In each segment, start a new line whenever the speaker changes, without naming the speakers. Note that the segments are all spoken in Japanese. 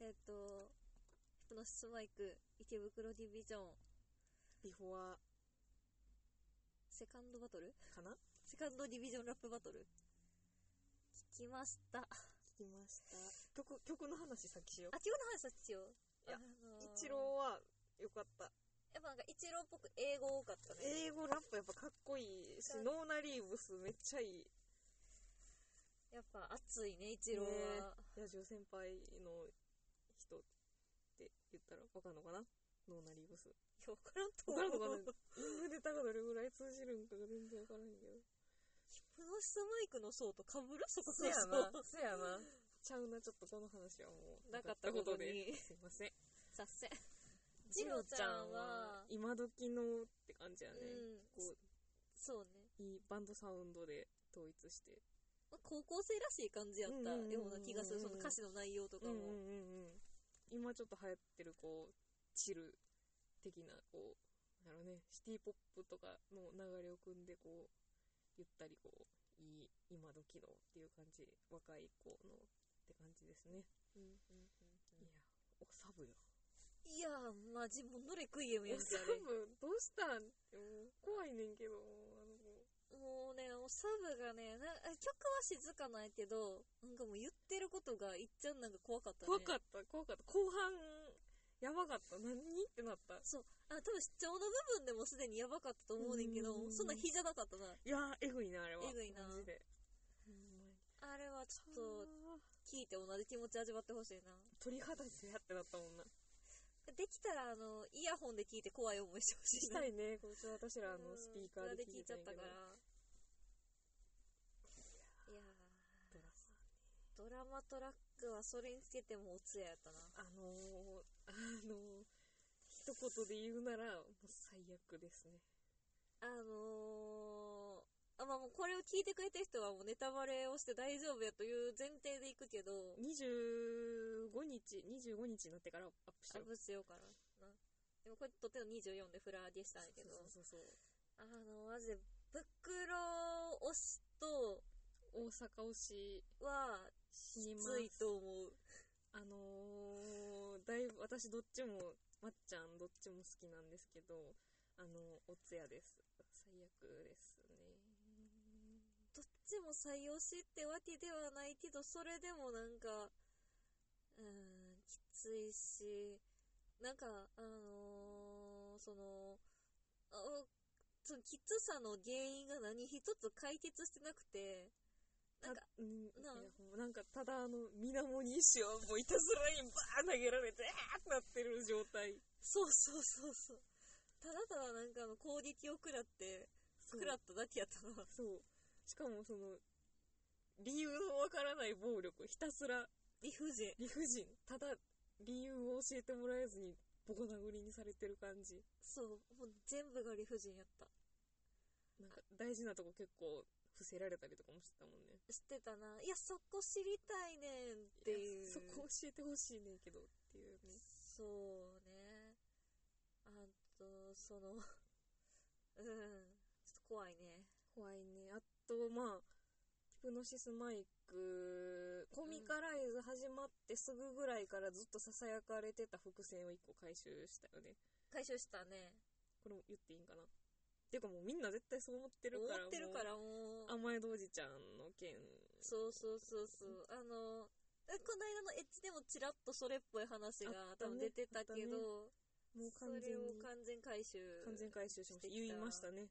えっ、と、ヒプノシスマイク、池袋ディビジョン、
ビフォア
セカンドバトル
かな
セカンドディビジョンラップバトル聞きました。あ、
聞きました。曲、曲の話先しよ
今日の話はしよう。
いや
の
う。
ー
一郎は良かった。
やっぱなんか一郎っぽく英語多かったね。
英語ラップやっぱかっこいいし、ノーナリーブスめっちゃいい。
やっぱ熱いね、一郎は。
野獣先輩の人って言ったらわかんのかなノーナリーブス。
いや、わからんと
わ
思う。
かるのかなネタがどれぐらい通じるんかが全然わからんけど。
ヒプノシスマイクの層と被るそこ
そやな、そ やな。ちゃうな、ちょっとこの話はもう。
なかったことに
なかったことですいません。
さっせ。ジロちゃんは、
今時のって感じや
う
ね。
ん、
こ
そうね。
う、いいバンドサウンドで統一して。
まあ高校生らしい感じやったような気がする、
うん
そ
うんう
の
んうん
歌詞の内容とかも。
うんうん。今ちょっと流行ってる、こう、チル的な、こう、なるね、シティポップとかの流れを組んで、こう、ゆったりこう、いい、今時のっていう感じ、若い子のって感じですね。いや、おサブよ。
いやー、まじ、もう、のれ食いえむやん
お
け、
サ
あれ。
ブ、どうしたんって、もう、怖いねんけど、もうあの子、
もうね、もうサブがね、な曲は静かないけど、なんかもう言ってることがいっちゃんなんか怖かったね。
怖かった、怖かった。後半、やばかった。何ってなった。
そう。あ、多分視聴の部分でもすでにやばかったと思うねんけど、
うん
そんな日じゃなかったな。
いやー、えぐいな、あれは。
えぐいな
マジで。ほんまに
あれはちょっと、
あー
聞いて同じ気持ち味わってほしいな。
鳥肌つやってなったもんな。
できたら、あの、イヤホンで聞いて怖い思いしてほしい
し
な
た。いね、こっちは私らあのスピーカーで
聞
聞
い
い
ち
て
ゃ
た
っ
ん
た
やけ
か
ど。
ら。いやー
ドラ
ドラマトラックはそれにつけてもおつややったな。
マあのー、あのー、一言で言うなら、もう最悪ですね。
あのー、あ、まあもうこれを聞いてくれてる人はもうネタバレをして大丈夫やという前提でいくけど、
25日、25日になってからアップし
ア
て
ッ
る。
プしようかな。なでもこれ撮っての24でフラーでしたんやけど、
そうそうそう
あの、マジで、袋推しと
そう。大阪推し、
は、
死に
き
ます
ついと思う。
あのー、だいぶ、私どっちも、まっちゃんどっちも好きなんですけど、あのー、おつやです。最悪ですね。
どっちも採用しってわけではないけど、それでもなんか、うーん、きついし、なんか、あのーその、あそのきつさの原因が何一つ解決してなくて、なんか、
たうん、
ない
やほんまなんかただあの水面に石をもういたずらにバーン投げられてあーってなってる状態
そうそうそうそう。ただただなんかあの攻撃を食らって、
そう
食らっただけやったな。
そうしかもその理由のわからない暴力ひたすら
理不尽。
理不尽ただ理由を教えてもらえずにボコ殴りにされてる感じ
そう、もう全部が理不尽やった。
なんか大事なとこ結構伏せられたりとかもしてたもんね
知ってたな。いや、そこ知りたいねんってい。
いうやそこ教えてほしいねんけどっていうね
そうね。あと、その、うん。ちょ っと怖いね。
怖いねあとまあヒプノシスマイクコミカライズ始まってすぐぐらいからずっとささやかれてた伏線を1個回収したよね
回収したね。
これも言っていいんかなっていうかもうみんな絶対そう思ってる
思
から
ってるからもう。
もう甘えどおじちゃんの件
そうそうそうそう。あの、えこの間のエッジでもちらっとそれっぽい話
あ
が
っ
多
たね
分出てたけど、
もう
そ
完
れ
全
を
に
完全回収。
完全回収しました
してきた
言いましたね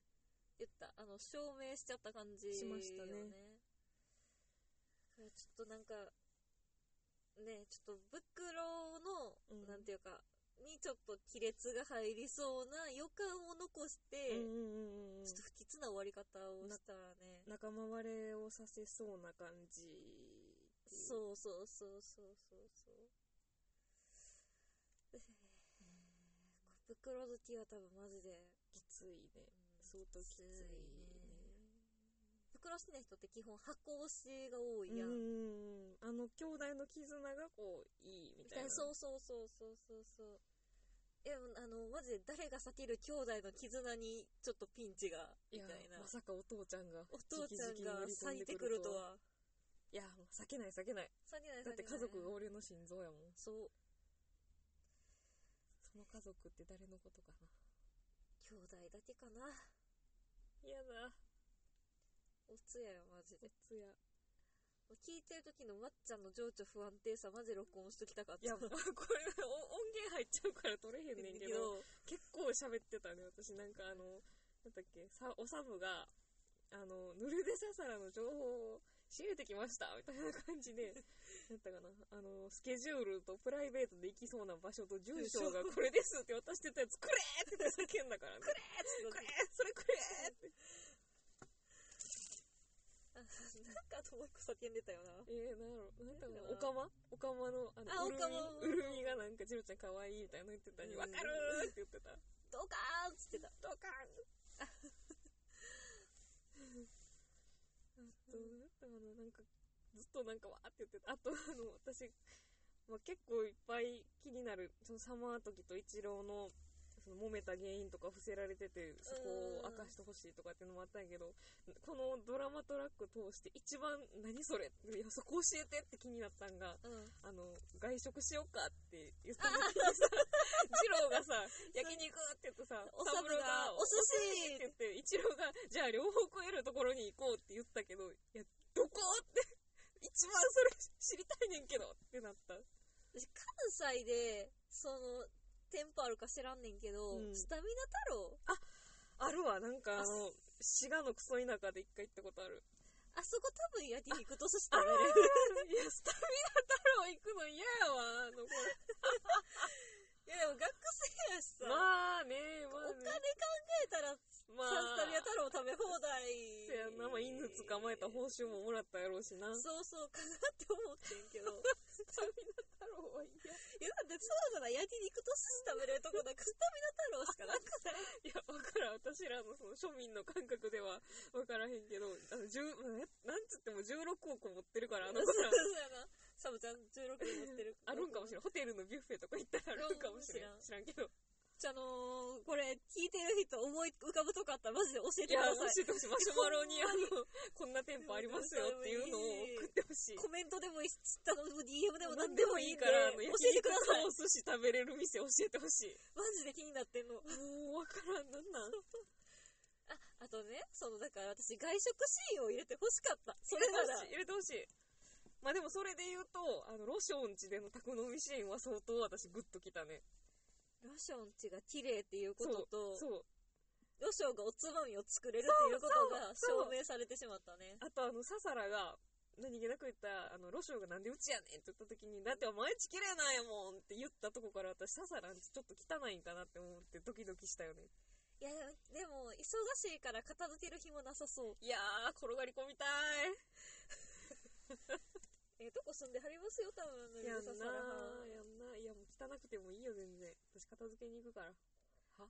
言った。あの、証明しちゃった感じ、
しましたね
よだからちょっとなんか、ね、ちょっと、袋の、
うん
なんていうか、にちょっと亀裂が入りそうな予感を残して、
うんうんうんうん
ちょっと不吉な終わり方をしたらね。
仲間割れをさせそうな感じっていう
そうそうそうそうそうそう。袋好きは多分マジで、
きつい
う
ね
ん
相当きついね
袋好きな人って基本箱推しが多いや。
うんん
み
うんうんあの兄弟の絆がこういいみた
たいな
いな
そうそうそうそうそうそう。いや、あの、マジで誰が避ける兄弟の絆にちょっとピンチが、み
や
たいな
ま。さかお父ちゃんが
お父ちゃん
直々
が
に乗り
咲
込
い
んで
てくるとはい
やもう避けない避けない
避けない避けない。
だって家族が俺の心臓やもん
そう。
の家族って誰のことかな
兄弟だけかな。
嫌だ
おつやよ、マジ
お
で。
つや
聞いてる時のまっちゃんの情緒不安定さ、マジ録音しときたかった。
い やこれお音源入っちゃうから取れへんねんけど結構喋ってたね私なんかあのなんだっけさおサブがあの「ぬるでささら」の情報を仕入れてきましたみたいな感じでなんだったかなあのスケジュールとプライベートで行きそうな場所と住所がこれですって渡してたやつ「くれ!」って言って叫んだからね「くれ!」くれそれくれって
あなんかあともう一個叫んでたよな。
えー、なんやろなんだろうおかまおかまのあの
あ
うるみ
おかま
うるみがなんか「ジロちゃんかわいい」みたいなの言ってたのに「
うん
わかる!」って言ってた
ドカーンっつってた。
ドカンあと、あの、なんか、ずっとなんかわーって言ってた。あと、あの、私、まあ、結構いっぱい気になる、そのサマー時と一郎の、その揉めた原因とか伏せられてて、そこを明かしてほしいとかっていうのもあったんやけど、このドラマトラック通して一番、何それいやそこ教えてって気になったんが、
うん。
あの、外食しようかって言った 時にさ、二郎がさ、焼肉って言ってさ、
おサブがお寿司
って言って、一郎が、じゃあ両方食えるところに行こうって言ったけど、いや、どこって、一番それ知りたいねんけどってなった。
私、関西で、その、店舗あるか知らんねんけど、
うん
スタミナ太郎
あるわ、なんかあの、滋賀のクソ田舎で一回行ったことある。
あそこ多分焼肉と寿司食べれる。
いや、スタミナ太郎行くの嫌やわ、あの、これ。
いやでも学生やしさ、
まあね、まあ
お金考
ね。
えたら、
ま
サンスタミナ太郎食べ放題。
せやな、まあ、犬捕まえた報酬ももらったやろうしな。
そうそうかなって思ってん けど。
スタミナ太郎は嫌。
いや、だってそうだな、焼肉と寿司食べれるとこなんかスタミナ太郎しかなく ない
いや、わからん。私らのその庶民の感覚ではわからへんけど、あの、十、えなんつっても16億持ってるから、あ
そ
の
う
子
そう
ら、
やな。サブちゃん16年持ってる。
あるんかもしれん。ホテルのビュッフェとか行ったらあるんかもしれん
うん。
知らんけど。
じゃあのー、これ聞いてる人思い浮かぶとこあったらマジで教えて
い
く
や、
だ
教
さい。
えてほしい。マシュマロに、あの、こんな店舗ありますよっていうのを送ってほしい。
コメントでもいいし、ツイッターの DM でも
何
何
で
で
も
も
い
い
い
い
か、
からら、
あの、
教
焼
えて
肉
ください
と。お寿司食べれる店教えてほしい。
マジで気になってんの。
もう、わからん。なんなん
あ、あとね、その、だから私外食シーンを入れて欲しかった。それなら。
入れてほしい入れてほしいまあでもそれで言うとあのロション家での宅飲みシーンは相当私グッときたね
ロション家が綺麗っていうことと、
そう
ロションがおつまみを作れるっていうことが
そうそう
証明されてしまったね。
あとあのササラが何気なく言ったあのロションがなんでうちやねんって言った時にだってお前ち綺麗なんやもんって言ったとこから私ササラんちちょっと汚いんかなって思ってドキドキしたよね
いや、でも、忙しいから片付ける日もなさそう。
いやー転がり込みた
ええとこ住んではりますよ、多分。
いやん
さ
な
さらは
ーやんないやもう汚くてもいいよ全然私片付けに行くから
は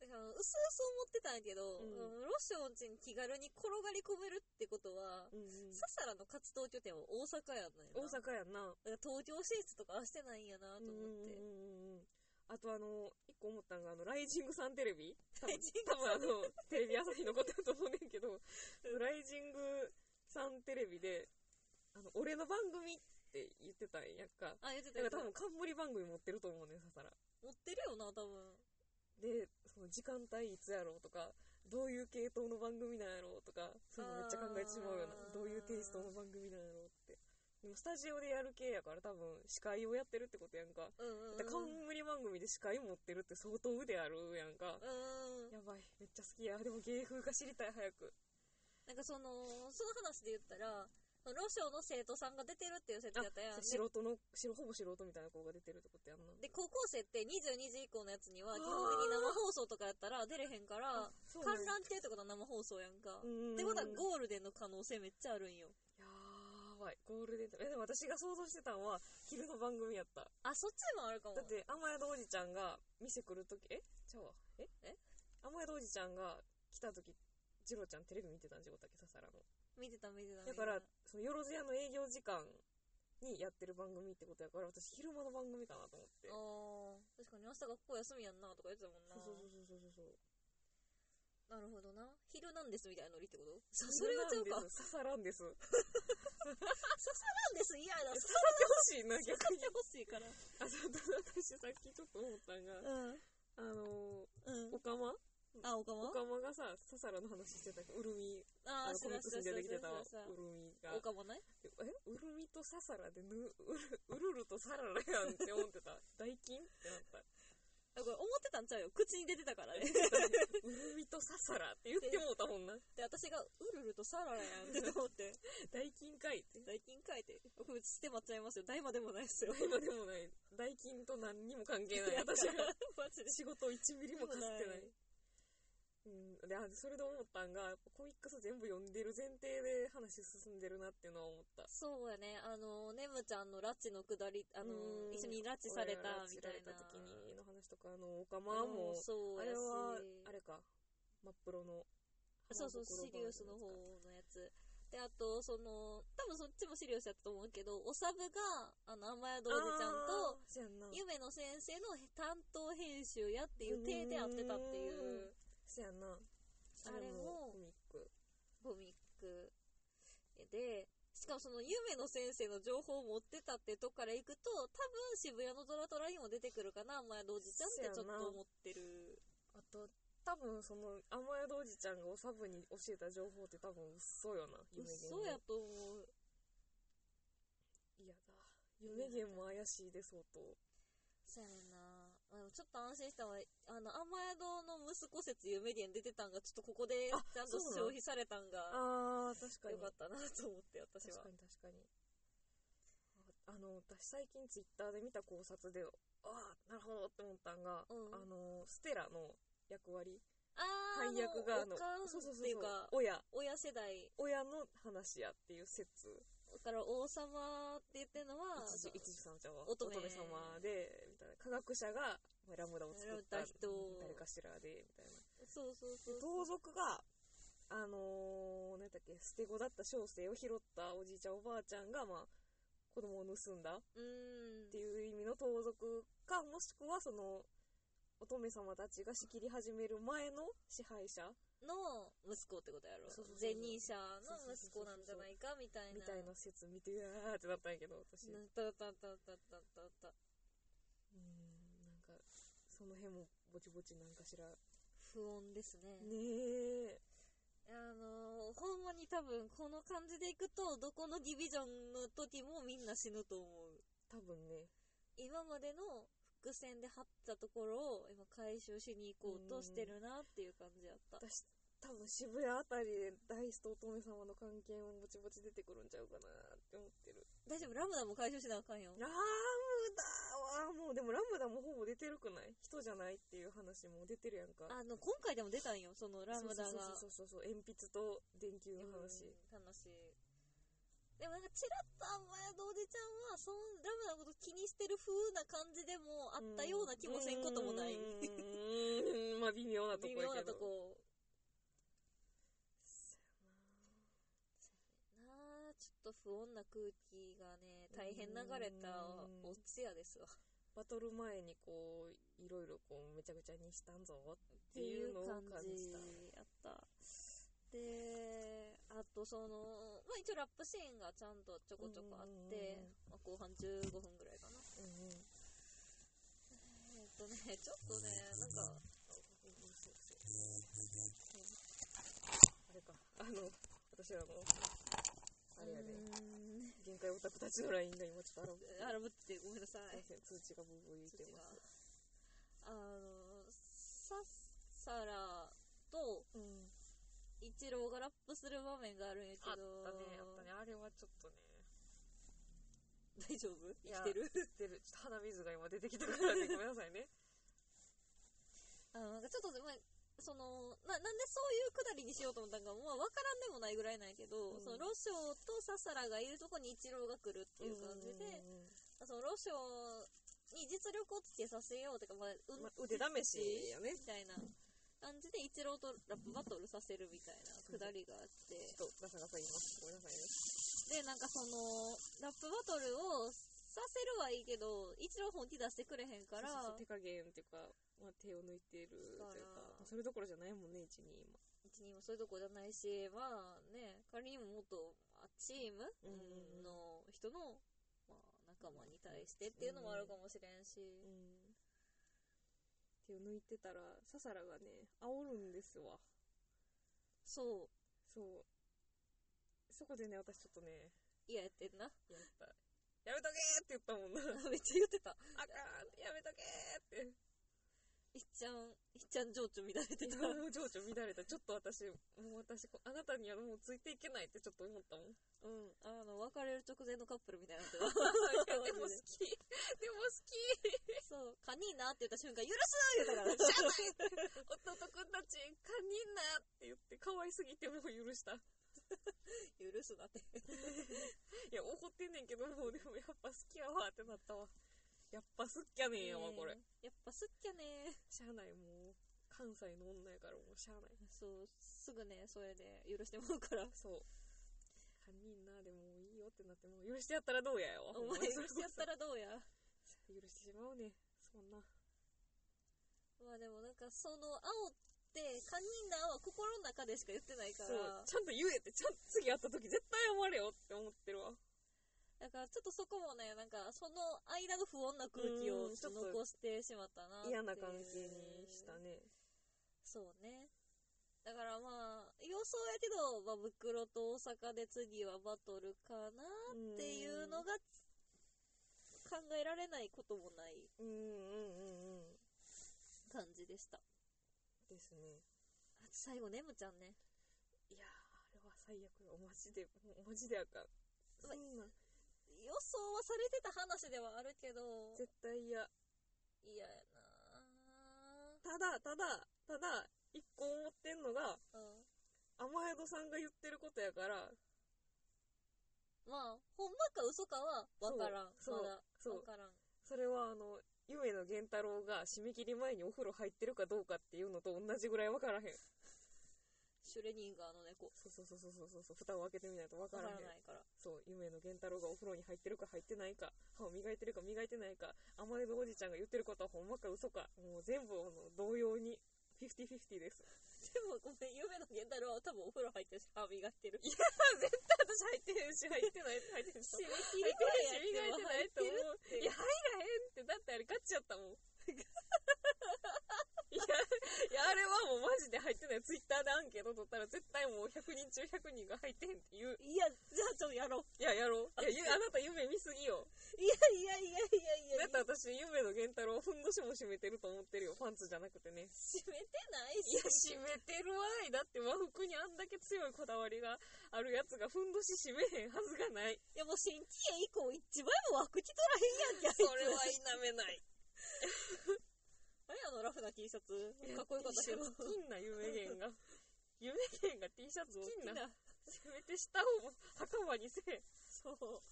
だから、うすうす思ってたんやけど、
うん
うんロション家に気軽に転がり込めるってことは、
うん、うん、
ササラの活動拠点は大阪やんのよな。
大阪やんな
だから東京進出とかはしてないんやなと思って。
うんうんうんうんあとあの、一個思ったのが、あの、ライジングサンテレビ多分
ライジング
多分あの、テレビ朝日のことだと思うねんけど、ライジングサンテレビで、あの、俺の番組って言ってたんやんか。
あ、言ってた言っ
だか
て
ら多
た
分冠番組持ってると思うねん、ささら。
持ってるよな、多分。
で、その時間帯いつやろうとか、どういう系統の番組なんやろうとか、そういうのめっちゃ考えてしまうよな
あ。ー
どういうテイストの番組なんやろうって。でもスタジオでやる系やから多分司会をやってるってことやんか。
うんうん、うん。
で冠番組で司会持ってるって相当腕あるやんか。
うん。
やばい、めっちゃ好きや。でも芸風が知りたい、早く。
なんかその、その話で言ったら、ロションの生徒さんが出てるっていう設定だったやん。
そう素人の、素ほぼ素人みたいな子が出てるってことやんな。
で、高校生って22時以降のやつには、
あー
基本的に生放送とかやったら出れへんから、
そうな
観
んや
覧っていうとこの生放送やんか。
うんうんうん
ってことはゴールデンの可能性めっちゃあるんよ。
やばい、ゴールデンタイムえ、でも私が想像してたのは、昼の番組やった。
あ、そっちもあるかも。
だって、甘宿おじちゃんが店来るとき、えちゃうわ。え
え
甘宿おじちゃんが来たとき、ジロちゃんテレビ見てたんじゃったっけ、ささらの。
見てた見てた。
だから
見て、
その、よろずやの営業時間にやってる番組ってことやから、私昼間の番組かなと思って
た。あー、確かに明日学校休みやんなとか言ってたもんな。
そうそうそうそうそうそう。
なるほどな。昼なんですみたいなノリってことそそれはちゃうか。
刺さらんです。
なんです、嫌だ。そ
てほしいな、逆
う
に
や。ってほしいから。
あ、そうだ、 私さっきちょっと思ったんが、
うん。
あの
う
ー、
ん
オ。カマ
あ、おか
オ
ま
カマがさ、ササラの話してたけど、ウルミ、
あ
あ
ー、
の
し
コミ
ま
ッ
し
クス
た、し
に出
ま
て
し
きて
た、
た
しました。
ウルミが
お、かまね
え、ウルミとササラでぬ、ウルウルルとサララやんって思ってた。 大金ってなった。
あこれ思ってたんちゃうよ。口に出てた からね。
ウルミとササラって言ってもうたもんな。
で、私が、ウルルとサララやんって思って、
大金かいって。
大金書いて、僕、捨てまっちゃいますよ。大魔でもないですよ。
今でもない。大金と何にも関係ない。
や
私は。
マジで。
仕事1ミリもかすってない
でもない。
うん、であそれで思ったんが、やっぱコミックス全部読んでる前提で話進んでるなっていうのは思った。
そうやね、あの、ネムちゃんの拉致のくだり、あの
う、ん
一緒に拉致されたみたいな。
俺らが拉致された時にの話とか、あの、オカマも、
そう
あ
やし
れは、あれか、マップロの。
そうそう、
浜
シ
袋
リウスの方のやつ。で、あと、その、多分そっちもシリウスやったと思うけど、おさぶが、あの、甘えどおじちゃんと、
あー、そうやんな。
夢の先生の担当編集やっていう体でやってたっていう
うそうやんな。あ
あれも
コミック。
コミックで、しかもその夢の先生の情報を持ってたってとこから行くと、多分渋谷のドラドラにも出てくるかな、甘えどおじちゃんってちょっと思ってる。
あと、多分その、甘えどおじちゃんがおさぶに教えた情報って多分嘘よな、夢言
嘘やと思う。
いやだ。夢源も怪しいで、相当。
そうやねんな。あのちょっと安心したのは、あの、甘え堂の息子説夢伝出てたんが、ちょっとここで
あ
ちゃんと
そ
消
うなの
費されたんが、
ああ、確かに。
よかったなと思って、私は
確か。に確かに。ああの、私最近ツイッターで見た考察で、ああ、なるほどって思ったんが、
うん
あの、ステラの役割、
あー、
配役が、あの、
おかん
そう
っ
そうそう
ていう
そう
か、、
親、
親世代
親の話やっていう説、
だから王様って言ってるのは、
一時、一時様ちゃんは、
乙女
様で、みたいな、科学者が、まあラムダを作っ
ラムダ
た
人
誰かしらで、みたいな。
そうそうそう
盗賊が、あのー、何だっけ、捨て子だった小生を拾ったおじいちゃんおばあちゃんが、まあ、子供を盗んだっ
うーん。
ていう意味の盗賊か、もしくはその、乙女様たちが仕切り始める前の支配者
の息子ってことやろ
そうそうそう。
前任者の息子なんじゃないかみたいな。
みたいな説見て、うわーってなったんやけど、私。
な。たたたたたたた。
うーん、なんか、その辺もぼちぼちなんかしら。
不穏ですね。
ねえ。
あのーほんまに多分この感じでいくとどこのディビジョンの時もみんな死ぬと思う
多分ね。
今までの伏線で張ったところを今回収しに行こうとしてるなっていう感じやった
私、多分渋谷あたりで大師と乙女様の関係もぼちぼち出てくるんちゃうかなって思ってる。
大丈夫ラムダも回収しなあかんよ
ラムダはもうでもラムダもほぼ出てるくない人じゃないっていう話も出てるやんか
あの今回でも出たんよそのラムダが
そうそうそうそうそう鉛筆と電球の話
うん話でもなんかチラッとあんまやどおじちゃんはそのラムダのこと気にしてる風な感じでもあったような気もせんこともないう
ーんまあ微妙なとこ
微
や
妙
けど
なとこなあちょっと不穏な空気がね大変流れた
うん
お通夜ですわっ
バトル前にこういろいろこうめちゃくちゃにしたんぞって
て
い
いうう
のを
感
感じ
じ
た
やったであとその、まあ、一応ラップシーンがちゃんとちょこちょこあって
うん、
まあ、後半15分ぐらいかな
うんうん
えーっとねちょっとねなんか
あれかあの私らのあれやで、
うーん
限界オタクたちの LINE が今ちょっと現れて
あらぶってごめんなさ
すい
い
ません通知がブーブー言ってます
あのサッサラと
うん
イチローがラップする場面があるんやけ
あっ
ど
たね、あったね。あれはちょっとね、
大丈夫
い
生
や
きてる
出る。ちょっと鼻水が今出てきたからね、ごめんなさいね。
あのなんかちょっと、まあ、そのななんでそういうくだりにしようと思ったんか、まあ、分からんでもないぐらいなんやけど、
うん
そのロショウとササラがいるとこにイチローが来るっていう感じで、そのロショウに実力をつけさせようとか、まあ
う、
うんん
まあ、腕試しやね
み。たいな感じでイチローとラップバトルさせるみたいなくだりがあって。
ちょっとガサガサ言います。ごめんなさい
で、
ね。
なんかその、ラップバトルをさせるはいいけど、一郎本気出してくれへんから、
そうそうそう手加減っていうか、まあ、手を抜いてるというか、
だから
まあそれどころじゃないもんね、一に今。
別に今そういうとこじゃないし、まあね、仮にももっと、まあチーム
うんうんうん
の人の、まあ、仲間に対してっていうのもあるかもしれんし、
うん手を抜いてたらササラがね煽るんですわ
そう、
そうそこでね私ちょっとね
いややってんな。
やっぱやめとけーって言ったもんな
めっちゃ言ってた。
あかんってやめとけーって
いっちゃん、いっちゃん情緒乱れてた。
今もう情緒乱れたちょっと私もう私こあなたにはもうついていけないってちょっと思ったもん
うん、あの、別れる直前のカップルみたいになってた。
いやでも好きでも好き
そう、カニーナって言った瞬間、許すな言うたから。
弟くんたち堪忍なって言って可愛すぎてもう許した
許すなって。
いや怒ってんねんけどもうでもやっぱ好きやわってなったわやっぱ好きやねんやわこれ、
やっぱすっきゃね
しゃあないもう関西の女やからもうしゃあない
そう、すぐね、それで許してもらうから。
そう堪忍なでもいいよってなってもう許してやったらどうやよ
お前許してやったらどうや。
許してしまうねそんな
まあでもなんか、その、青って、カニーナは心の中でしか言ってないか
そう
ら。
ちゃんと言えってちゃんと次会った時絶対謝れよって思ってるわ
だからちょっとそこもね、なんか、その間の不穏な空気を
うん
ちょっと残してしまったなっていう
嫌な関係にしたね
そうね。だからまあ、予想やけど、まあ、袋と大阪で次はバトルかなっ
って
いうのが、考えられないこともない
うんうんうんうん
感じでした。
ですね
あと最後、ねむちゃんね。
いやーあれは最悪よマジでもうマジであかんそんなん
予想はされてた話ではあるけど、
絶対嫌
嫌や
ただただただ一個思ってんのが
なうん。
甘えどさんが言ってることやから
まあ、ほんまか嘘かは分からん。
そう
まだ。
そ
分
う
からん。
それはあの夢の源太郎が締め切り前にお風呂入ってるかどうかっていうのと同じぐらい分からへん
シュレニンガーの猫。
そうそうそうそうそうそう蓋を開けてみないと分
分
か
から
らへん
ないから。
そう夢の源太郎がお風呂に入ってるか入ってないか歯を磨いてるか磨いてないか甘えどおじちゃんが言ってることはほんまか嘘かもう全部あの同様に50-50です
でもごめん、夢の源太郎は多分お風呂入ってるし、歯磨いてる。
私入ってへんし、入ってない、入ってへんし。
締め切
入
り
っ
ぐ
て
ら
ない
いやって
し、磨い
て
ないと思う。
て
いや、入らへんって、だってあれ勝っちゃったもん。いや、いや、あれはもうマジで入ってない。ツイッターでアンケート取ったら絶対もう100人中100人が入ってへんって言う。
いや、じゃあちょっとやろう。
いや、やろう。いや、ゆあなた夢見すぎよ。
いやいやいやいやいや
だって私、夢の源太郎、ふんどしも締めてると思ってるよ。パンツじゃなくてね。
締めてない
いや、
し。
締めてるわい。だって和服にあんだけ強いこだわりがあるやつがふんどし締めへんはずがない。
いやもう新規へ以降一番も枠着とらへんやんけ、あいつ
それは否めない。
何やあのラフな T シャツ。かっこよかったけど。
金な夢源が。夢源が T シャツを金な。
な。
せめて下を袴にせえ。
そう。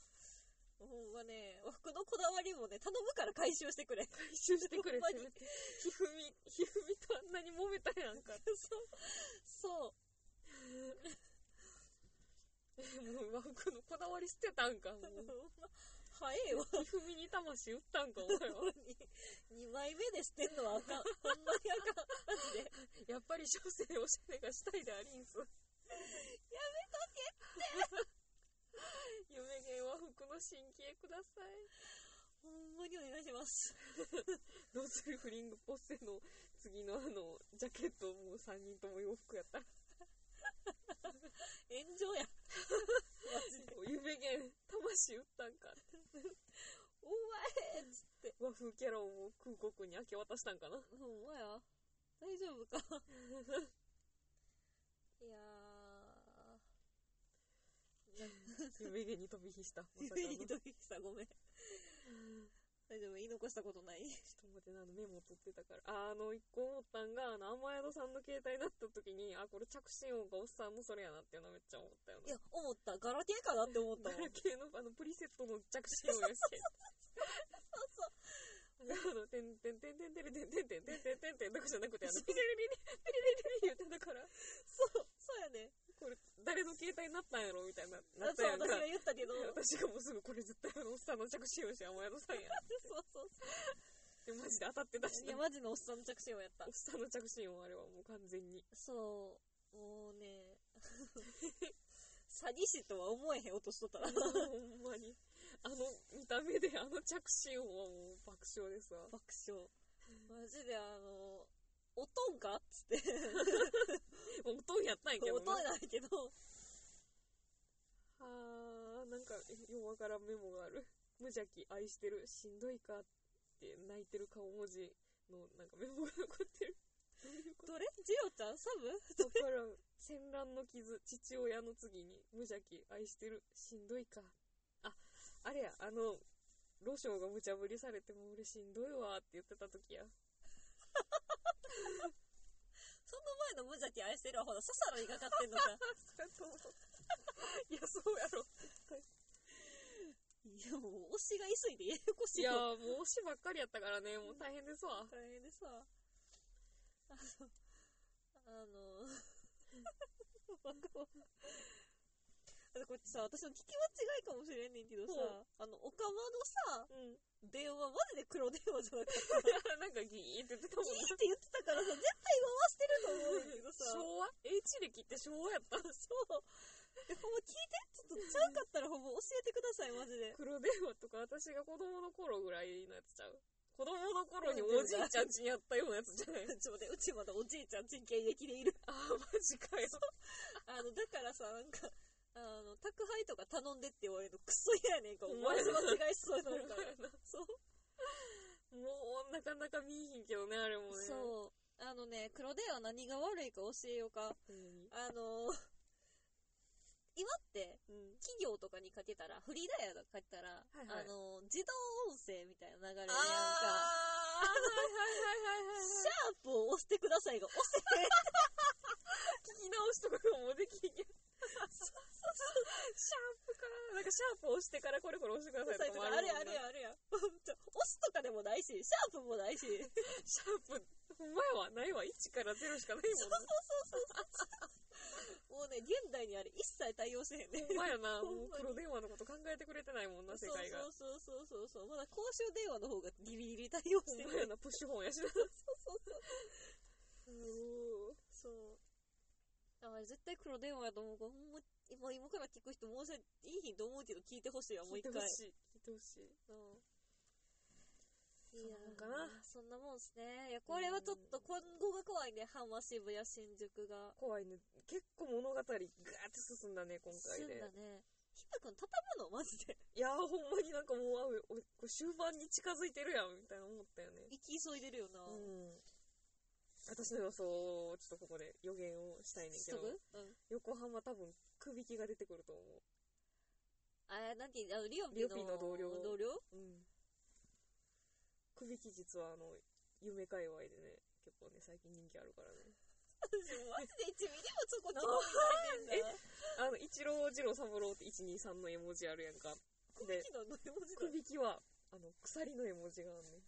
ほんまね、枠のこだわりもね、頼むから回収してくれ。
回収してく
ほ
れ、
んま
せ
に
めて。ひふみ、ひふみとあんなに揉めたやんか。
そう。
もう和服のこだわり捨てたんか、も
ほん
う。
ま、早えわ。
ひふみに魂売ったんか、お前は。
2枚目で捨てんのはあかん。ほんまにあかん。
やっぱり小生おしゃれがしたいでありんす。やめとけって。夢源和服の新規へください。
ほんまにお願いします。
どうするフリングポッセの次のあの、ジャケットもう3人とも洋服やったら。
炎上や。マジで。
夢源、魂打ったんかって。
お前つって。
和風キャラをもう空国に明け渡したんかな。
ほんまや。大丈夫 かいや
夢源に飛び火した。ま
ー。
さ
ゆ
かの
えにドキさ、ごめん。大丈夫言い残したことない
ちょっと待ってな、あのメモ取ってたから。あ、あの、一個思ったんが、あの、甘宿さんの携帯だった時に、あ、これ着信音がおっさんのそれやなっていうのはめっちゃ思ったよ
い
な。
や、思った。ガラケーかなって思った
ガ
もん。
ラケーのあのプリセットの着信音やし。そうそう。あの、てんてんてんてんてんてんてんてんてんてんてんてんとかじゃなくて、あの、ピリリリリ、ピリリリリ言ってたから、
そう、そうやね。
これ、誰の携帯になったんやろみたいな、な
あ
っ
そ
た
う、
やん
私
か
が。言ったけ ど。
私がもうすぐこれ絶対あのおっさんの着信音して甘宿 さんやっ
そうそうそ
てマジで当たってたし
う。いや、マジのおっさんの着信音やった
おっ。さんの着信音あれはもう完全に
そう。もうね、詐欺師とは思えへん落としとったら。
ほんまに。あの見た目で、あの着信音はもう爆笑ですわ。
爆笑。マジであの、おとんかっつって。
音やったんやけど
お
な
とんないけど、
はあ、なんか、ようわからんメモがある。無邪気、愛してる、しんどいかって泣いてる顔文字のなんかメモが残ってる。どういうこ
ど
と
れジロちゃんサブ
わからん。戦乱の傷、父親の次に、無邪気、愛してる、しんどいか。あ、あれや、あの、ロショウが無茶ぶりされても俺しんどいわって言ってた時 や。
その前の無邪気愛してるはほら、ササロにかかってんの か。
だと思う。いや、そうやろ。
いや、もう推しがいすぎてややこし
い
い
や
わ。
ー、もう推しばっかりやったからね、もう大変ですわ。
大変でさ、あの、あの、わかんないあとこっちさ、私の聞き間違いかもしれんねんけどさ
ほう、
あの、おかまのさ、
うん。
電話、マジで黒電話じゃなかった。
なんかギーって言ってたもん
ギ
な
ーって言ってたからさ、絶対回してると思うんだけどさ、
昭和 ?H 歴って昭和やった
そう。えほんま聞いてちょっとちゃうかったらほんま教えてください、マジで。
黒電話とか私が子供の頃ぐらいのやつちゃう子供の頃におじいちゃんちにやったようなやつじゃない
ちょっと待って、うちまだおじいちゃんちに現役でいる。
あーマジかよ
あの、だからさ、なんか、 あの、宅配とか頼んでって言われるのクソ嫌やねんか、お
ほんま
前
や
の間違いしそうになる から。そう。
もうなかなか見えへんけどねあれもね
そう。あのね、黒電話何が悪いか教えようか。
うん
あのー今って、
うん
企業とかにかけたら、フリーダイヤルかけたら、
いはい
あのー自動音声みたいな流れに
あー
なんか、
はいはいはいはいはい
シャープを押してくだ さいが押せへん。
聞き直しとかがもうできへんけどシャープからなんかシャープ押してからこれこれ押してくださいとかも
あれ
も
あ
ん
れ
な
やあれや。ほんと押すとかでもないし、シャープもないし。
シャープほんまやわないわ1から0しかないもんな
もうね、現代にあれ一切対応してへん ね。
ほんまやな、
ほんまに
もう黒電話のこと考えてくれてないもんな、世界が。
そうそうそうそうそう。まだ公衆電話の方がギリギリ対応
ほ
し
ん
て
まや
る。
な、プッシュホンやしな。
そう。だから絶対黒電話やと思うから、ほんま、今今から聞く人申し訳いい日と思うけど聞いてほしいわ、もう
聞い
一
てほ
回。
しい。聞いてほしい。
そう
そん
い
な
や
もんかな
ーそんなもんっすね。いや、これはちょっと今後が怖いね。浜渋谷新宿が。
怖いね。結構物語ガーって進んだね、今
す
回
んだ
で。
ね。ひまくん畳むのマジで。
いやー、ほんまになんかもう、あおこれ終盤に近づいてるやん、みたいな思ったよ ね。
行き急いでるよな。
うん。私の予想を、ちょっとここで予言をしたいねん
し
け
と
ど
く、うん。
横浜多分、くびきが出てくると思
あ、なんていうあの、リオ
リオピの同僚
同僚
う。うん。くびき実は、あの、夢界隈でね、結構ね、最近人気あるからね。
マジで1ミリもそこ興味ないねんだ。
あの、一郎二郎三郎って123の絵文字あるやんか。で、
昨日の絵文字だ
くびきは、あの、鎖の絵文字があんねん。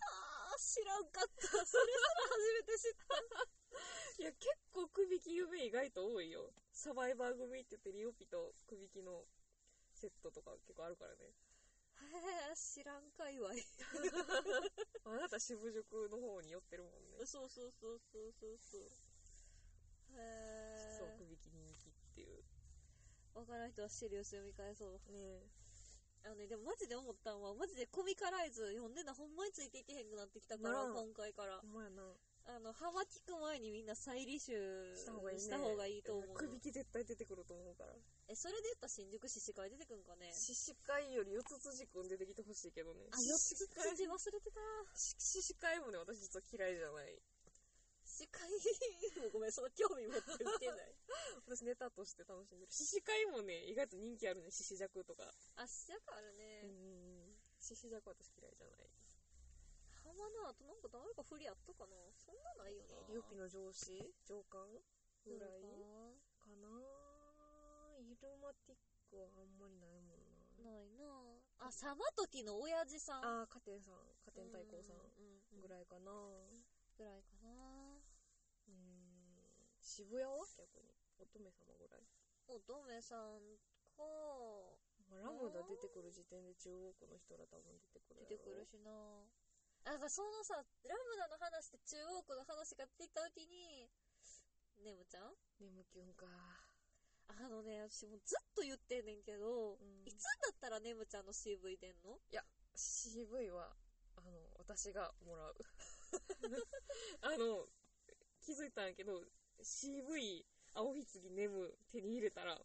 あー知らんかった。それすら初めて知った。
いや、結構くびき夢意外と多いよ。サバイバー組って言ってリオピとくびきのセットとか結構あるからね。
へー知らんかいわい。
あなた渋塾の方に寄ってるもんね。
そうそうそうそうそうそう。へ
そう、
え
く。びき人気っていう。
わからん人はシリウス読み返そう。
ねえ
あのね、でもマジで思ったんは、マジでコミカライズ読んでんな、ほんまについていけへんくなってきたから、
なあ
今回から。
ほんまやな。
あの、幅聞く前にみんな再履修
した方がいいね。
した方がいいと思う。
くびき絶対出てくると思うから。
え、それで言ったら新宿市市会出てくんかね
獅子会より四つ辻くん出てきてほしいけどね。
あ、よつ
会
感じ忘れてた。
獅子会もね、私実は嫌いじゃない。
市会もうごめん、その興味持って見てない。
私ネタとして楽しんでる。獅子会もね、意外と人気あるね。獅子弱とか。
あ、しやかある
うん
ね。。
獅子弱私嫌いじゃない。
浜の後なんか誰か不利あったかなそんなないよな。
リオピの上司上官ぐらい
な
かなイルマティックはあんまりないもんな。
いなあ、サマトキの親父さん。
ああ、加点さん、加点太閤さん
うんうんうん
ぐらいかな
ぐらいかな。
うん。渋谷は逆に。乙女様ぐらい。
乙女さんか、
まあラムダ出てくる時点で中央区の人ら多分出てくる
出
やろ
てくるしな。あ、だからそのさ、ラムダの話と中央区の話が出てきたときに、ねむちゃん
眠きゅんか。
あのね、私もうずっと言ってんねんけど、
うん
いつになったらねむちゃんの CV 出んの
渋いは、あの、私がもらう。 あの、気づいたんやけど、渋い青ひつぎネム手に入れたら、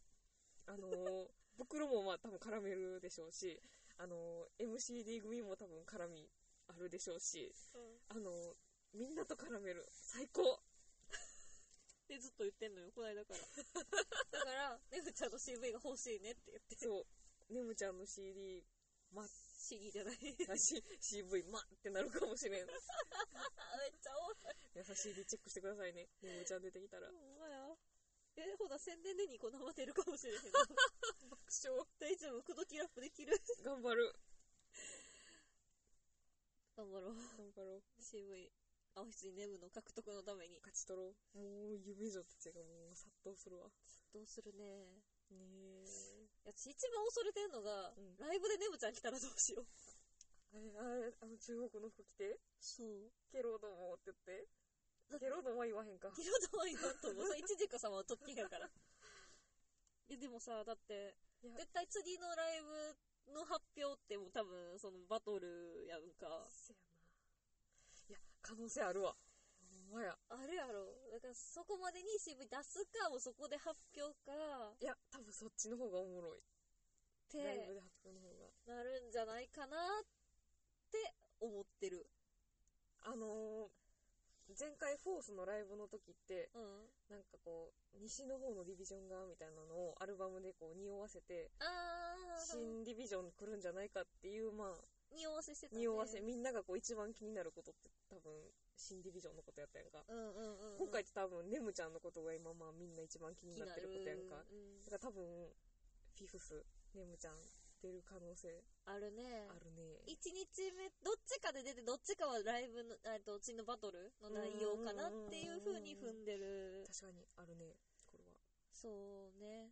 あの、袋もまあ多分絡めるでしょうし、あの、MCD 組も多分絡みあるでしょうし、あの、みんなと絡める。最高
でずっと言ってんのよ、こないだ から。だから、ねむちゃんの CV が欲しいねって言って、
そう、ネムちゃんの CD、ま、
市議じゃない。めっ
だし、CV、まってなるかもしれん。
ちゃ多い。
優しいでチェックしてくださいね。ネムちゃん出てきたら。
ほんまや。え、ほな、宣伝でニコ生出るかもしれへ ん。大丈夫、口説きラップできる。
頑張る。
頑張ろう。
頑張ろう。
CV、青ひついネムの獲得のために。
勝ち取ろう。もう、夢女たちがもう殺到するわ。
どうするね。
ねえ。
いや、私一番恐れてんのが、
うん
ライブでネムちゃん来たらどうしよう。
あれ、あれ、あの中国の服着て、
そう。
ケロどもって言って。ケロどもは言わへんか。
ギルドワインだと思う。それ一時か様は特権やから。 いや、でもさ、だって
いや、
絶対次のライブの発表ってもう多分、そのバトルやんか。
せやな。いや、可能性あるわ。ほんまや。
あれやろ。だからそこまでに CV 出すか、もうそこで発表か、っ
いや、多分そっちの方がおもろい。
て
ライブで発表の方が。
なるんじゃないかなって思ってる。
あのー、前回フォースのライブの時って、
うん。
なんかこう、西の方のディビジョンが、みたいなのをアルバムでこう、匂わせて、
あー、
新ディビジョン来るんじゃないかっていう、まあ、
匂わせしてた、ね。
匂わせ、みんながこう一番気になることって多分、新ディビジョンのことやったやんか。
うんうんうんうん。
今回って多分、ネムちゃんのことが今まあみんな一番気になってることやんか。
気になるうん
だから多分、フィフス、ネムちゃん出る可能性
あるね。
あるね。
1日目、どっちかで出て、どっちかはライブの、えっと、うちのバトルの内容かなっていう風に踏んでる。
確かにあるね、これは。
そうね。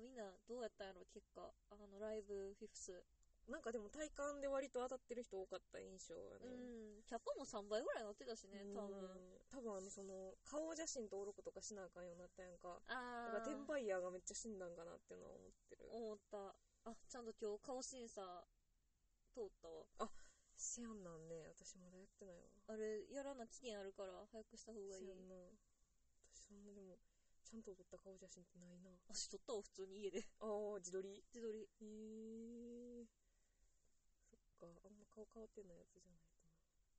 みんな、どうやったんやろ、結果。あの、ライブ、フィフス。
なんかでも体感で割と当たってる人多かった印象や
う
ね。
ん。キャパも3倍ぐらいなってたしね、多分。
うん多分あのその顔写真登録とかしなあかんようになったやんかだ
あ
から
ー、
転売ヤーがめっちゃ死んだんかなっていうのは思ってる
思った。あ、ちゃんと今日、顔審査、通ったわ。
せやんなんね私まだやってないわ
あれ、やらな期限あるから、早くした方がいい
そう。やんな私そんなでもちゃんと撮った顔写真ってないな
足取ったわ、普通に家で。
ああ自撮り
自撮り。
へえそっかあんま顔変わってないやつじゃないと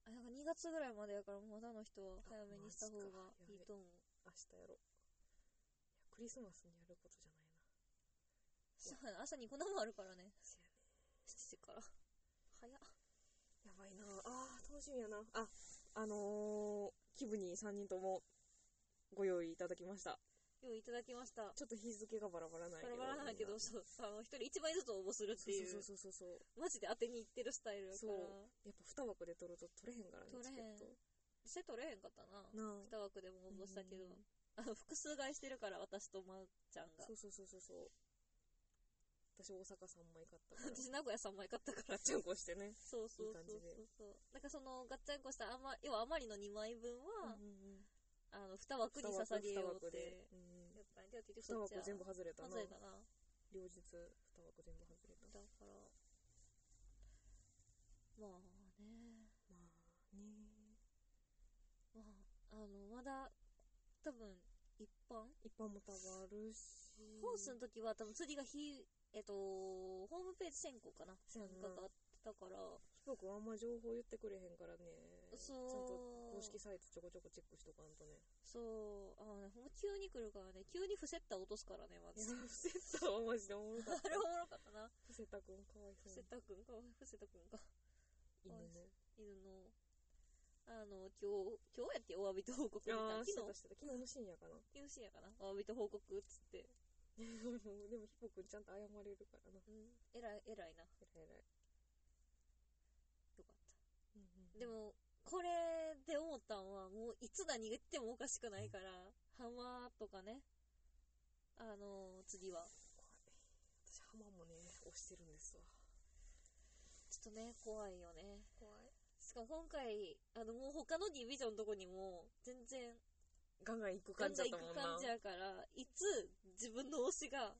あ、なんか2月ぐらいまでやから、まだの人は早めにした方がいいと思う。
思う明日やろういやクリスマスにやることじゃないな
そうやな朝にこんなもんあるからね。
せやね
7時から。早っ。
やばいなあー楽しみやなああのー、キブに3人ともご用意いただきました
用意いただきました。
ちょっと日付がバラバラない
バラバラないけど、
みん
そう、あの、一人一枚ずつ応募するっていう。
そうそうそうそうそう
マジで当てにいってるスタイルやから。
そうやっぱ二枠で取ると取れへんからね
取れへん
チケット
実際取れへんかったな。
なあ
二枠でも応募したけど
うん。
あの、複数買いしてるから、私とまーちゃんが
そ。うそうそうそうそう私大阪三枚買ったか ら
私、名古屋3枚買ったから。
ガッチャンコしてね
そうそうそうそうそう。なんかその、ガッチャンコした、あま、要は余りの2枚分は、あの、2枠に
二
捧
枠
げ
二
ようっ
枠
て。
で
やったんやけど結
2
局
枠全部
そっ
外れた
ちは
な
外れたな。
両日2枠全部外れた
だから、まあね、
まあね
まあ、あの、まだ、多分、一般
一般もたわるし
ホースの時は多分釣りがひ、えっと、ホームページ選考かな
そうやんな
があったから、
飛行君あんま情報言ってくれへんからねち
そ
ゃん
う
と公式サイトちょこちょこチェックしとかんとね
そう、あのね、ほんま急に来るからね、急に伏せった落とすからね、ま
いや
ず。
伏せたはマジでおもろかっ
あれおもろかったな。
た伏せた君かわいそ
伏せ
う
たくんか、伏せたくんか。
犬の
犬の、あの、今日、今日やってお詫びと報告みたいな。
ああして
昨
た
日、
してた昨日の深夜かな
昨日深夜かな。お詫びと報告っつって。
でもヒポ君ちゃんと謝れるからな
うん、えらい、えらいな。よか
偉い偉い
った。
うんうん
でも、これで思ったんは、もういつ何言ってもおかしくないから、ハマとかね。あのー、次は。
怖い私浜もね押してるんですわ
ちょっとね、怖いよね。
怖い
しかも今回、あの、もう他のディビジョンのとこにも、全然、
ガンガン行く
ガン
感じ
ガ
だ
ン
っ
行く
たもんな
感じやから、いつ自分の推しが、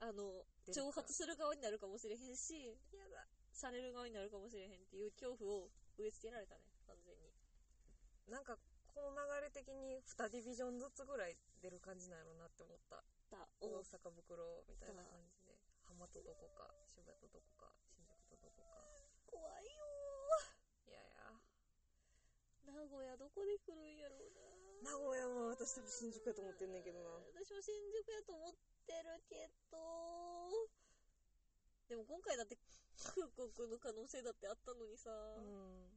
あの、
出るか
挑発する側になるかもしれへんし、やだ、される側になるかもしれへんっていう恐怖を植え付けられたね、完全に。
なんかこの流れ的に2ディビジョンずつぐらい出る感じなんやろなって思った
だ、
大
お
阪袋みたいな感じで浜とどこか渋谷とどこか新宿とどこか
怖いよ
いやいや
ー。名古屋どこで来るんやろう
名
な
古屋は私多分新宿やと思ってんねんけどな
私も新宿やと思ってるけどでも今回だって空国の可能性だってあったのにさ、
うん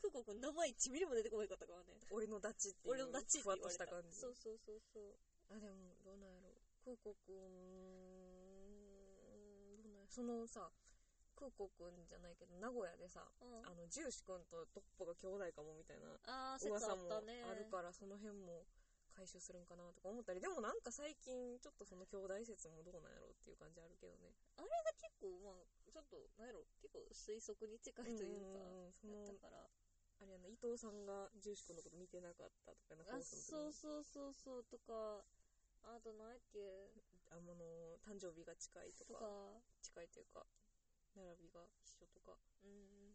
空国の名前1ミリも出てこなかったからね
俺のダチっていう
俺のダチって
ふわっ
言わ
と
れ
したた感じ
そうそうそうそう
あでもどうなんやろ空港くんどうなんやそのさ空港くんじゃないけど名古屋でさ
うん
あの重視くんとトッポが兄弟かもみたいな
ああ説あっ
噂も
たね
あるからその辺も回収するんかなとか思ったりでもなんか最近ちょっとその兄弟説もどうなんやろうっていう感じあるけどね
結構まあちょっとなんやろ結構推測に近いというか
うんうんうんそ
だった
の
から
あれやな伊藤さんが重視くんのこと見てなかったとかなんか
あ
放送
そう
の
そ
時に
うそうそうとかあと何やっけ
あの誕生日が近いと
と
か
か
近いというか並びが一緒とか
うんう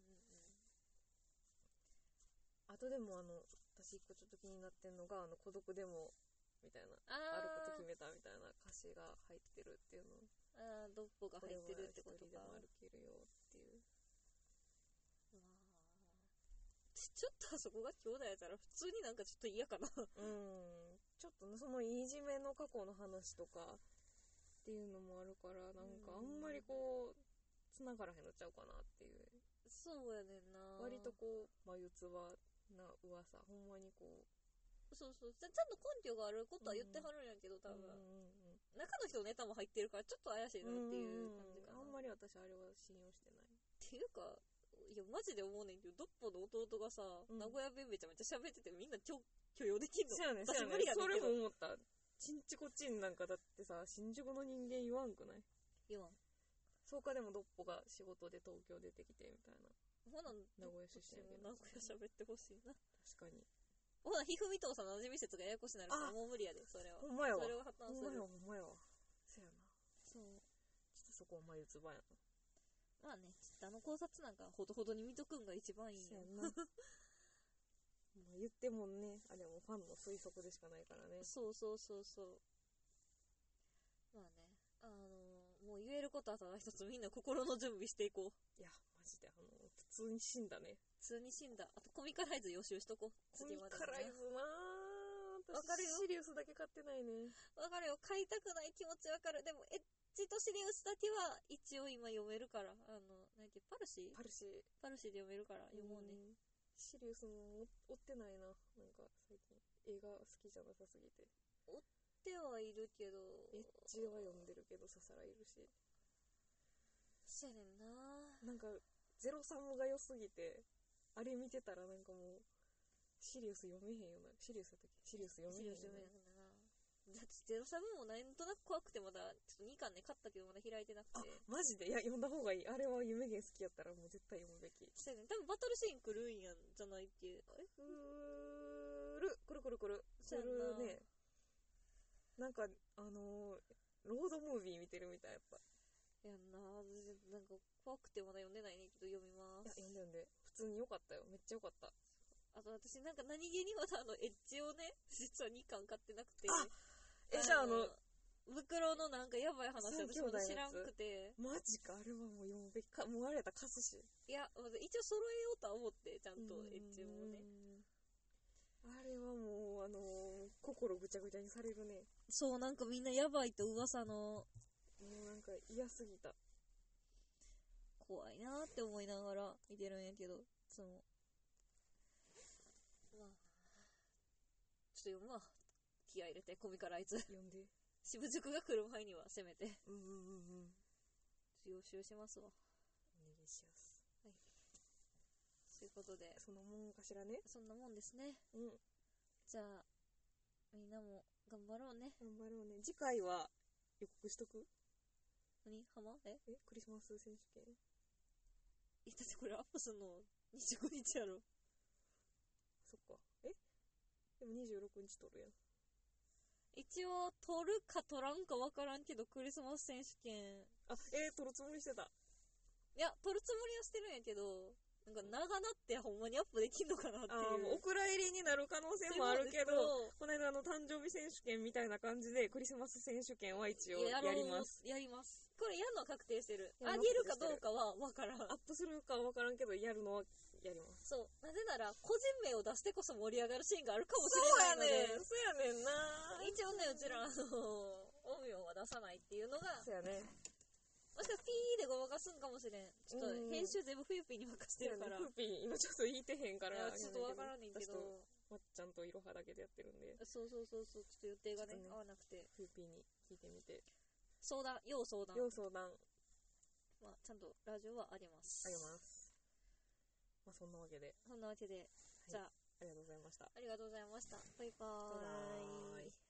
んうんうん
あとでもあの私一個ちょっと気になってんのがあの孤独でもみたいな
あ
ある
あ
こと決めたみたいな歌詞が入ってるっていうの
あードッポが入ってるってことか
これは一人でも歩けるよってい
う
う
わーちちょっとあそこが兄弟やったら普通になんかちょっと嫌かな
うんちょっとねそのいじめの過去の話とかっていうのもあるからなんかあんまりこう繋がらへんのちゃうかなっていう
そうやねんな
割とこう眉唾な噂ほんまにこう
そうそうちゃちゃんと根拠があることは言ってはるんやけど多分、
うん
中の人のネタも入ってるからちょっと怪しいな
うんうん
っていう感じかな、
あんまり私あれは信用してない
っていうかいやマジで思うねんけどドッポの弟がさ、
うん
名古屋弁めちゃめちゃ喋っててみんな許許容できんの
そうやね、
私
そうやね
無理やねん
そ
け
れ
ど
も思った。ちんちこちんなんかだってさ、新宿の人間言わんくない
言わん
そうかでもどっぽが仕事で東京出てきてみたいな。
ほなん
名古屋出身やけど
名古屋喋ってほしいな
確かに。
ほなひふみとうさんの馴染み説がややこしになるから
あ
もう無理やでそれは
ほんまやわ
それは破綻
ほん
す
まや
る
わ、ほんまやわ。そやな。
そう
ちょっとそこは眉唾やな。
まあね、ちょっとあの考察なんかほどほどに見とくんが一番いい
そ
よ
や。な。ま あ言ってもね、あれもファンの推測でしかないからね。
そうそうそうそう。まあね、あのーもう言えることはただ一つみんな心の準備していこう。
いや、マジで、あの、普通に死んだね。
普通に死んだ。あとコミカライズ予習しとこう。
コ
次
ミ
まで
カラ
ね
イズなぁ。
わかるよ
シリウスだけ買ってないね。
わかるよ。買いたくない気持ちわかる。でも、エッジとシリウスだけは一応今読めるから。あの、なんてパルシー
パルシー。
パルシーで読めるから読もうね。
んシリウスも追ってないななんか最近映画好きじゃなさすぎて
ではいるけど。
エッジは読んでるけどささらいるし
そうやねんな。
なんかゼロサムが良すぎてあれ見てたらなんかもうシリウス読めへんよなシリウスだったっけシリウス読めへんよ
読めな
な
くなだってゼロサムもなんとなく怖くてまだちょっと2巻ね買ったけどまだ開いてなく
あ
て
マジでいや読んだ方がいいあれは夢源好きやったらもう絶対読むべき
そうやね多分バトルシーン来るんやんじゃないっていうあれ
くるくるくるくるく
そうやんな
るねなんかあのーロードムービー見てるみたいやっぱ
やんななんか怖くてまだ読んでないねんけど読みま
いや
す
読んで読んで普通に良かったよめっちゃ良かった
あと私なんか何気にまだあのエッジをね実は2巻買ってなくて
あえじゃああの
袋のなんかやばい話私
三兄
ま
弟の
だ
やつ
知らんくて
マジかあれはもう読むべきかもうあれやったら貸すし
いやまず一応揃えようとは思ってちゃんとエッジもね
あれはもうあのー心ぐちゃぐちゃにされるね
そうなんかみんなやばいと噂の
もうなんか嫌すぎた
怖いなーって思いながら見てるんやけど、いつも。まあ、ちょっと読むわ。気合い入れて、コミカラ イズ。
読んで
渋塾が来る前には、せめて。
うんうんうんうん
予習しますわ。
お願いします
ということで、
そのもんかしらね
そんなもんですね。
うん
じゃあ、みんなも頑張ろうね。
頑張ろうね次回は予告しとく
何浜え
えクリスマス選手権
えだってこれアップすんの25日やろ。
そっかえでも26日撮るやん。
一応、取るか取らんかわからんけど、クリスマス選手権。
あ、えー、撮るつもりしてた。
いや、取るつもりはしてるんやけど、なんか長なってほんまにアップできんのかなってい
あーもうお
う。
蔵入りになる可能性もあるけど
で、も
この間あの誕生日選手権みたいな感じでクリスマス選手権は一応
い
や
ろう
ります。。
やります。これやるのは確定してる。
や
あ
るのは
げるかどうかはわからん。
アップするかは分からんけどやるのはやります。
そう。なぜなら、個人名を出してこそ盛り上がるシーンがあるかもしれないので。
そうやねんな
一応ね、うちら、あの、音量は出さないっていうのが、
そうやね。
もしかしたらピーでごまかすんかもしれん。ちょっと
うん
編集全部フィーピーに任せてるから。
フーピー今ちょっと言いてへんか
い
ら
やちょっとわからんねんけ
私と
ど。
まっちゃんといろはだけでやってるんで
そうそうそうそう、ちょっと予定がね
ちょっと、ね
合わなくて。
フーピーに聞いてみて
相談、要相談。
要相談あ
まあ、ちゃんとラジオはあります。
げますまあそんなわけで
そんなわけで、じゃあ、
ありがとうございました
ありがとうございました。バイバ
バイバ
ー
ー
イ
イ。